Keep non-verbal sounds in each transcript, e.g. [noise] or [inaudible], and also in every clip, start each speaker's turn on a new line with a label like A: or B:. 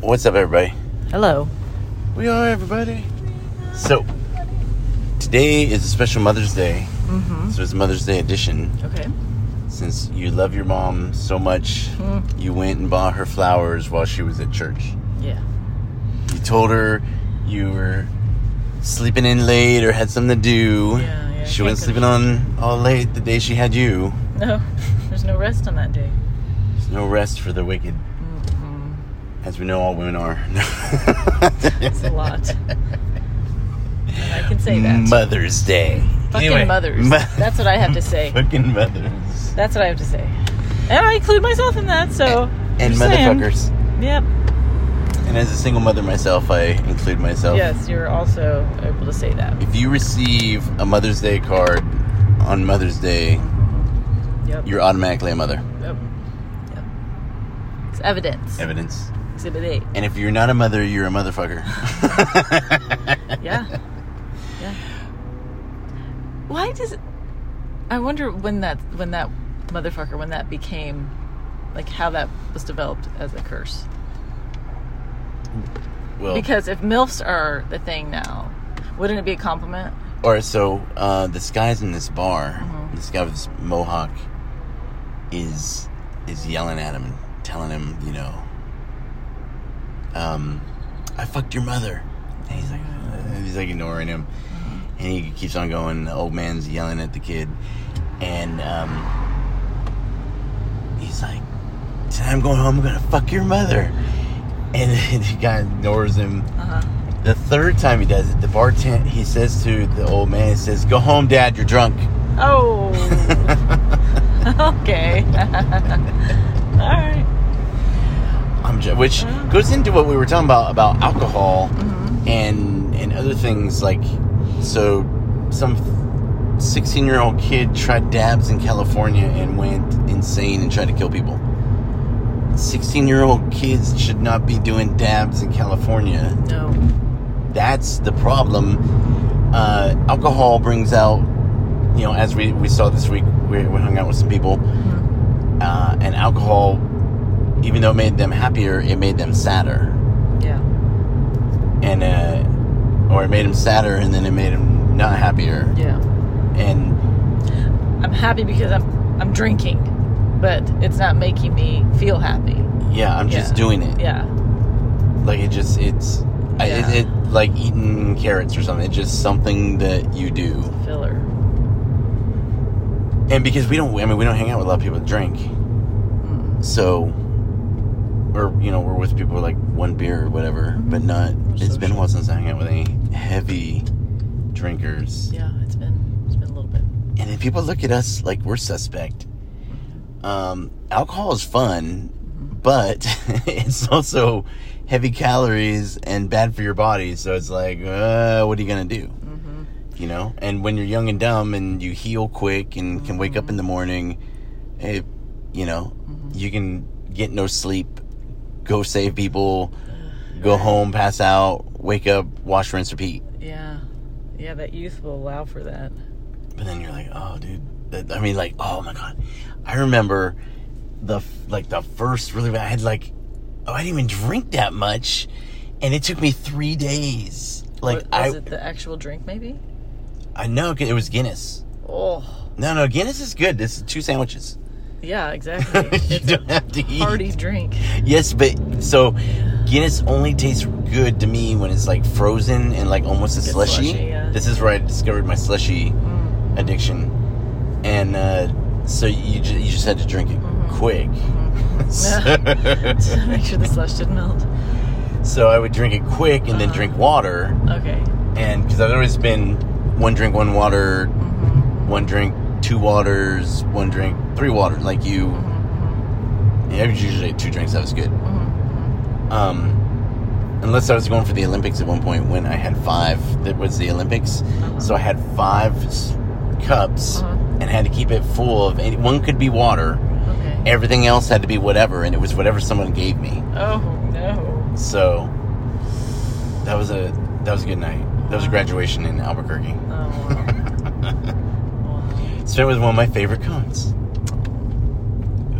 A: What's up, everybody?
B: Hello.
A: We are everybody. So today is a special Mother's Day.
B: Mm-hmm.
A: So it's Mother's Day edition.
B: Okay.
A: Since you love your mom so much,
B: Mm.
A: you went and bought her flowers while she was at church.
B: Yeah.
A: You told her you were sleeping in late or had something to do.
B: Yeah, yeah,
A: she
B: can't
A: went
B: go-
A: sleeping on all late the day she had you.
B: No, [laughs] there's no rest on that day.
A: There's no rest for the wicked,
B: Mm-mm.
A: as we know all women are. [laughs]
B: It's a lot. I can say
A: Mm,
B: that.
A: Mother's Day.
B: Fucking mothers. That's what I have to say.
A: [laughs] Fucking mothers.
B: That's what I have to say. And I include myself in that, so.
A: And
B: just saying.
A: motherfuckers.
B: Yep.
A: And as a single mother myself, I include myself.
B: Yes, you're also able to say that.
A: If you receive a Mother's Day card on Mother's Day,
B: Yep.
A: you're automatically a mother.
B: Yep. Yep. It's evidence.
A: Evidence.
B: Exhibit A.
A: And if you're not a mother, you're a motherfucker.
B: [laughs] Yeah.
A: [laughs]
B: yeah. Why does I wonder when that when that motherfucker when that became like how that was developed as a curse.
A: well,
B: Because if MILFs are the thing now, wouldn't it be a compliment?
A: or so uh, this guy's in this bar.
B: Mhm.
A: This guy with this mohawk is is yelling at him and telling him, you know, um, I fucked your mother. And he's like, uh, he's like ignoring him, and he keeps on going. The old man's yelling at the kid, and um, he's like, tonight I'm going home. I'm gonna fuck your mother. And [laughs] the guy ignores him.
B: Uh-huh.
A: The third time he does it, the bartend he says to the old man, he says, "Go home, Dad. You're drunk."
B: Oh. [laughs] okay. [laughs] All right.
A: I'm ju- which
B: Mhm.
A: goes into what we were talking about about alcohol
B: Mhm.
A: and and other things like so some 16 year old kid tried dabs in California and went insane and tried to kill people. 16 year old kids should not be doing dabs in California.
B: No.
A: that's the problem. Uh, alcohol brings out, you know, as we, we saw this week, we, we hung out with some people,
B: Mhm.
A: uh, and alcohol, even though it made them happier, it made them sadder.
B: Yeah.
A: And, uh, or it made them sadder, and then it made them not happier.
B: Yeah.
A: And
B: I'm happy because I'm I'm drinking, but it's not making me feel happy.
A: yeah, I'm just
B: Yeah.
A: doing it.
B: Yeah.
A: Like, it just, it's, I,
B: Yeah.
A: it, it, like eating carrots or something. It's just something that you do.
B: Filler.
A: And because we don't, I mean, we don't hang out with a lot of people that drink.
B: Mm.
A: so or you know we're with people like one beer or whatever but not
B: We're
A: it's been a
B: social.
A: while since i hung out with any heavy drinkers
B: Yeah, it's been it's been a little bit.
A: and then people look at us like we're suspect um alcohol is fun but [laughs] it's also heavy calories and bad for your body so it's like uh, what are you gonna do
B: Mm-hmm.
A: you know and when you're young and dumb and you heal quick and can wake up in the morning it, you know you can get no sleep go save people go home pass out wake up wash rinse repeat
B: Yeah, yeah, that youth will allow for that.
A: but then you're like oh dude that, i mean like oh my god i remember the f- like the first really i had like oh i didn't even drink that much and it took me three days like
B: was,
A: i
B: was it the actual drink maybe?
A: i know 'cause it was guinness
B: Oh,
A: no no guinness is good this is two sandwiches [laughs]
B: yeah, exactly.
A: you
B: It's a
A: don't have to [laughs] eat
B: party drink. [laughs]
A: Yes, but so Guinness only tastes good to me when it's like frozen and like almost a
B: It's
A: slushy.
B: slushy, yeah.
A: This is where I discovered my slushy
B: Mm,
A: addiction, and uh, so you ju- you just had to drink it
B: Mhm.
A: quick.
B: Mm-hmm.
A: [laughs]
B: Just
A: so,
B: to make sure the slush didn't melt.
A: so I would drink it quick and
B: Uh-huh.
A: then drink water,
B: Okay.
A: and because I've always been one drink, one water,
B: Mm-hmm.
A: one drink, two waters, one drink, three waters. Like you, yeah, usually two drinks. That was good. um, unless I was going for the Olympics at one point when I had five. That was the Olympics, so I had five s- cups
B: Uh-huh.
A: and had to keep it full of. Any, one could be water.
B: Okay.
A: Everything else had to be whatever, and it was whatever someone gave me.
B: Oh no.
A: So that was a that was a good night. That was a
B: Wow.
A: graduation in Albuquerque.
B: Oh.
A: [laughs]
B: wow. Wow.
A: Spent with one of my favorite cons,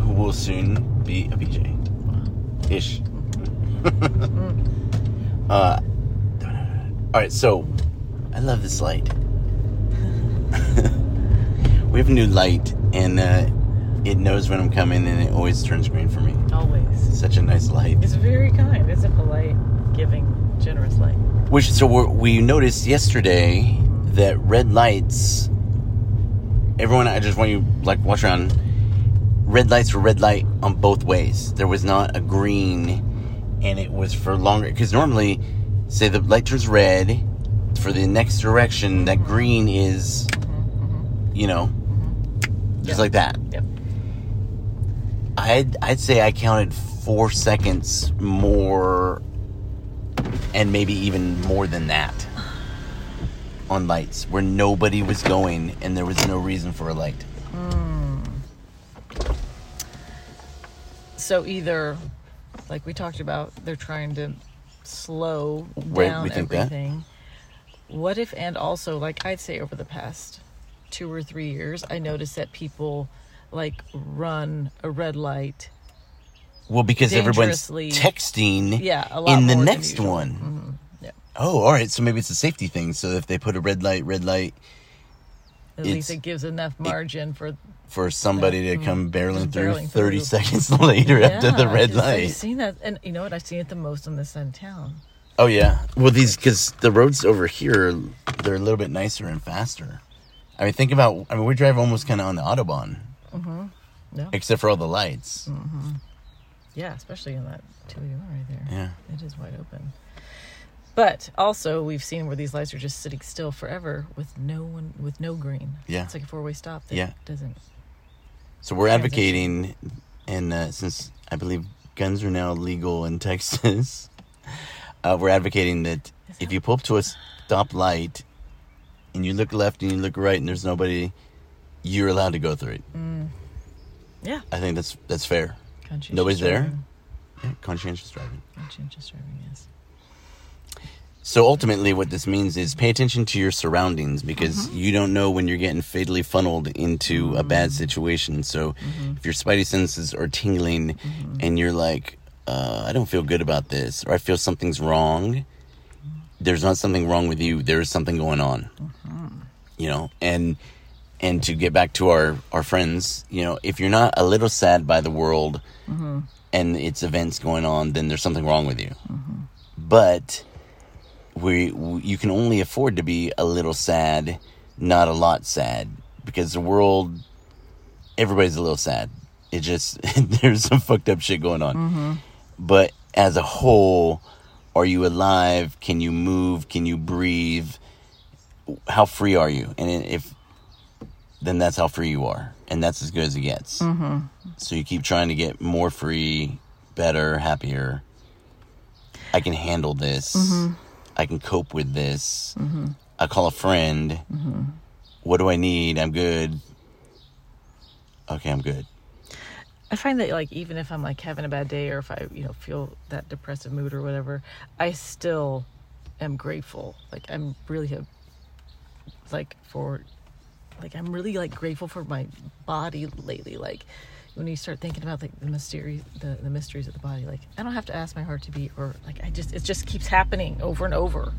A: who will soon be a PJ
B: Wow.
A: ish. [laughs] Uh, all right, so I love this light. [laughs] we have a new light, and uh, it knows when I'm coming, and it always turns green for me.
B: Always.
A: It's such a nice light.
B: It's very kind. It's a polite, giving, generous light.
A: Which so we're, we noticed yesterday that red lights. Everyone, I just want you like watch around. Red lights were red light on both ways. There was not a green, and it was for longer. Because normally, say the light turns red for the next direction, that green is, you know, just
B: Yep.
A: like that.
B: Yep.
A: I'd I'd say I counted four seconds more, and maybe even more than that, on lights where nobody was going and there was no reason for a light.
B: So either, like we talked about, they're trying to slow
A: Wait,
B: down
A: we think that?
B: everything. What if, and also, like I'd say over the past two or three years, I noticed that people like run a red light.
A: Well, because everyone's
B: Dangerously-
A: texting.
B: Yeah, a lot
A: in the
B: more than
A: next
B: usual. Mm-hmm.
A: one.
B: Yeah.
A: Oh, all right. So maybe it's a safety thing. So if they put a red light, red light
B: At least
A: It's-
B: it gives enough margin for.
A: for somebody to come barreling
B: Mm-hmm. Just
A: through
B: barreling
A: thirty [laughs]
B: through.
A: seconds later after [laughs] the
B: Yeah,
A: red
B: 'cause I've
A: light.
B: seen that, and you know what? I've seen it the most on this side of town.
A: Oh yeah. Well, these because the roads over here they're a little bit nicer and faster. I mean, think about. I mean, we drive almost kind of on the autobahn,
B: No,
A: except for all the lights.
B: yeah, especially in that two eighty one right there.
A: Yeah.
B: It is wide open. But also, we've seen where these lights are just sitting still forever with no one, with no green.
A: Yeah.
B: it's like a four-way stop. That
A: Yeah.
B: doesn't.
A: So we're advocating, and uh, since I believe guns are now legal in [laughs] Texas, uh, we're advocating that if you pull up to a stoplight and you look left and you look right and there's nobody, you're allowed to go through it.
B: Yeah,
A: I think that's that's fair.
B: conscientious
A: Nobody's there.
B: driving.
A: Yeah, conscientious driving.
B: Conscientious driving is.
A: So ultimately, what this means is pay attention to your surroundings because you don't know when you're getting fatally funneled into a bad situation. So if your spidey senses are tingling and you're like, uh, I don't feel good about this, or I feel something's wrong, there's not something wrong with you. There is something going on. You know, and and to get back to our our friends, you know, if you're not a little sad by the world and its events going on, then there's something wrong with you. But we, we you can only afford to be a little sad, not a lot sad, because the world, everybody's a little sad. It just [laughs] there's some fucked up shit going on. But as a whole, are you alive? Can you move? Can you breathe? How free are you? And if then that's how free you are, and that's as good as it gets. So you keep trying to get more free, better, happier. I can handle this. I can cope with this. I call a friend. What do I need? I'm good. Okay, I'm good.
B: I find that like even if I'm like having a bad day or if I you know feel that depressive mood or whatever, I still am grateful. Like I'm really a, like for like I'm really like grateful for my body lately. Like when you start thinking about like the mysteries the, the mysteries of the body, like I don't have to ask my heart to beat or like I just it just keeps happening over and over.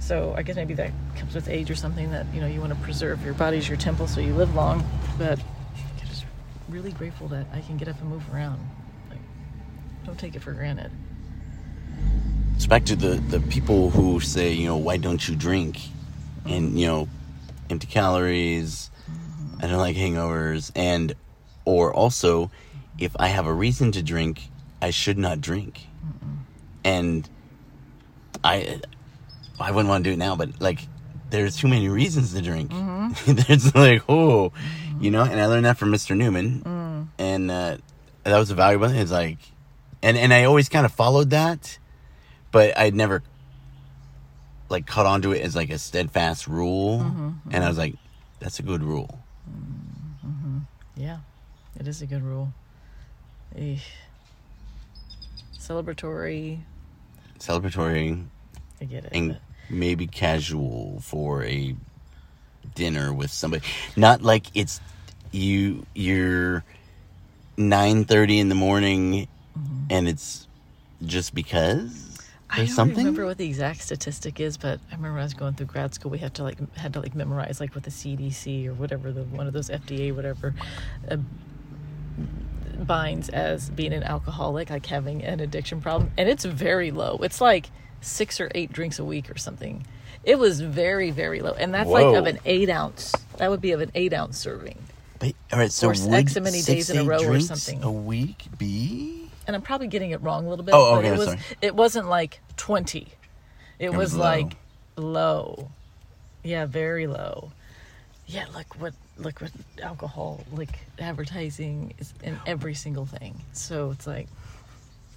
B: So I guess maybe that comes with age or something that you know you want to preserve your body's your temple so you live long. But I'm just really grateful that I can get up and move around. Like, don't take it for granted.
A: It's back to the the people who say, you know, why don't you drink? And you know, empty calories. I don't like hangovers, and or also, if I have a reason to drink, I should not drink. And I, I wouldn't want to do it now, but like, there's too many reasons to drink. [laughs] there's like, oh, you know. And I learned that from Mr. Newman, and uh, that was a valuable. It's like, and and I always kind of followed that but I'd never like caught on to it as like a steadfast rule.
B: Mm-hmm,
A: And I was like, that's a good rule.
B: Yeah, it is a good rule. Eh. Celebratory,
A: Celebratory
B: I get it.
A: and maybe casual for a dinner with somebody. Not like it's you you're nine thirty in the morning and it's just because
B: Mm-hmm. I
A: There's
B: don't
A: something?
B: remember what the exact statistic is, but I remember when I was going through grad school, we have to like m- had to like memorize like what the CDC or whatever the one of those FDA whatever uh, binds as being an alcoholic, like having an addiction problem, and it's very low. It's like six or eight drinks a week or something. It was very very low, and that's
A: Whoa.
B: like of an eight ounce. That would be of an eight ounce serving.
A: But, all right, so
B: Or s-
A: would
B: X many days in a
A: 60
B: row or
A: drinks
B: something.
A: A week be?
B: and I'm probably getting it wrong a little bit.
A: Oh,
B: but
A: okay,
B: it was
A: sorry.
B: it wasn't like 20. It,
A: was
B: was,
A: low.
B: like low. Yeah, very low. Yeah, look what look what alcohol like advertising is in every single thing. So it's like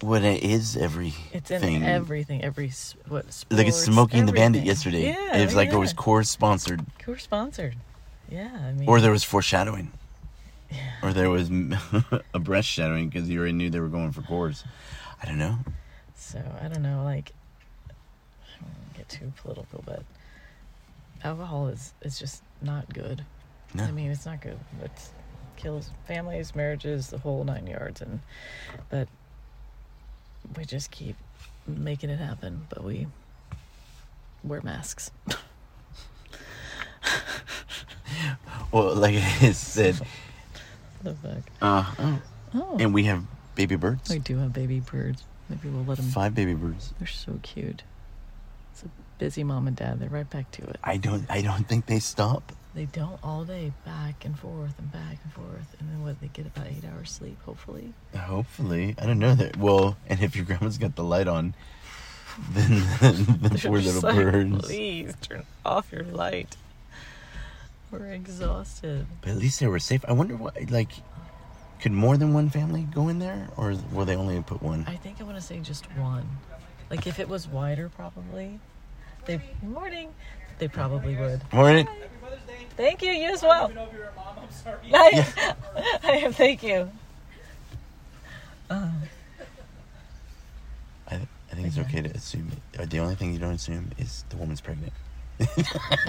A: What it is everything.
B: it's in everything, every s- what sports,
A: Like it's Smoking the Bandit
B: everything.
A: yesterday.
B: Yeah,
A: it was like
B: yeah.
A: it was Coors sponsored,
B: Coors sponsored. Yeah, I mean,
A: or there was foreshadowing, or there was [laughs] a breast shadowing because you already knew they were going for Coors. I don't know.
B: So I don't know, like I don't wanna get too political, but alcohol is is just not good.
A: No.
B: I mean, it's not good. It kills families, marriages, the whole nine yards, and but we just keep making it happen. But we wear masks. [laughs]
A: Well, like [laughs] it said,
B: the fuck?
A: uh, oh,
B: Oh,
A: and we have baby birds.
B: we do have baby birds. Maybe we'll let them.
A: Five baby birds.
B: They're so cute. It's a busy mom and dad. They're right back to it.
A: I don't. I don't think they stop.
B: They don't all day, back and forth and back and forth, and then what? They get about eight hours sleep, hopefully.
A: Hopefully, I don't know that. Well, and if your grandma's got the light on, then [laughs] the poor
B: They're
A: little
B: just like,
A: birds.
B: Please turn off your light. We're exhausted.
A: But at least they were safe. I wonder what like. Could more than one family go in there, or will they only put one?
B: I think I want to say just one. Like if it was wider, probably. They morning. They probably would.
A: Morning.
C: Happy Mother's Day.
B: Thank you. You as [laughs] well.
C: Been over your mom. I'm sorry.
B: I, [laughs] I am. Thank you.
A: I, I think it's okay to assume. It. The only thing you don't assume is the woman's pregnant.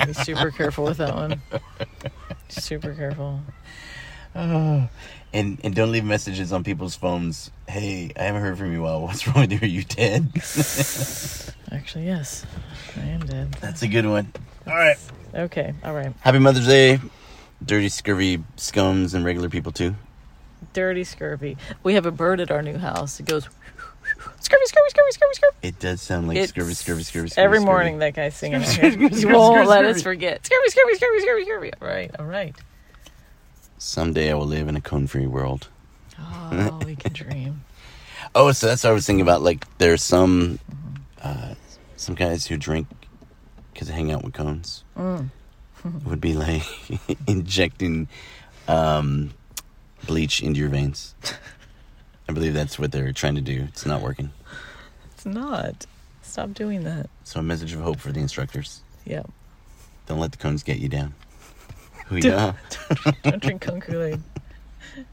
B: Be super careful with that one. Super careful. Oh.
A: And and don't leave messages on people's phones. Hey, I haven't heard from you in a while. What's [laughs] wrong with you? Are you dead? [laughs]
B: Actually, yes. I am dead.
A: That's a good one. All right.
B: Okay. All right.
A: Happy Mother's Day, dirty, scurvy scums and regular people too.
B: Dirty scurvy. We have a bird at our new house. It goes [laughs] scurvy, scurvy, scurvy, scurvy, scurvy.
A: It does sound like
B: It's-
A: scurvy, scurvy, scurvy, scurvy.
B: Every
A: scurvy.
B: morning that guy's singing. it.
A: scurvy,
B: you won't
A: scurvy,
B: let
A: scurvy.
B: us forget. Scurvy, scurvy, scurvy, scurvy, scurvy. All right. All right.
A: Someday I will live in a cone-free world.
B: Oh,
A: [laughs]
B: we can dream.
A: Oh, so that's what I was thinking about. Like, there's some uh, some guys who drink because they hang out with cones. [laughs] Would be like [laughs] injecting um, bleach into your veins. I believe that's what they're trying to do. It's not working.
B: It's not. Stop doing that.
A: So, a message of hope for the instructors:
B: Yeah.
A: Don't [laughs] let the cones get you down. Hoo-yah.
B: Don't drink Kung Kool Aid.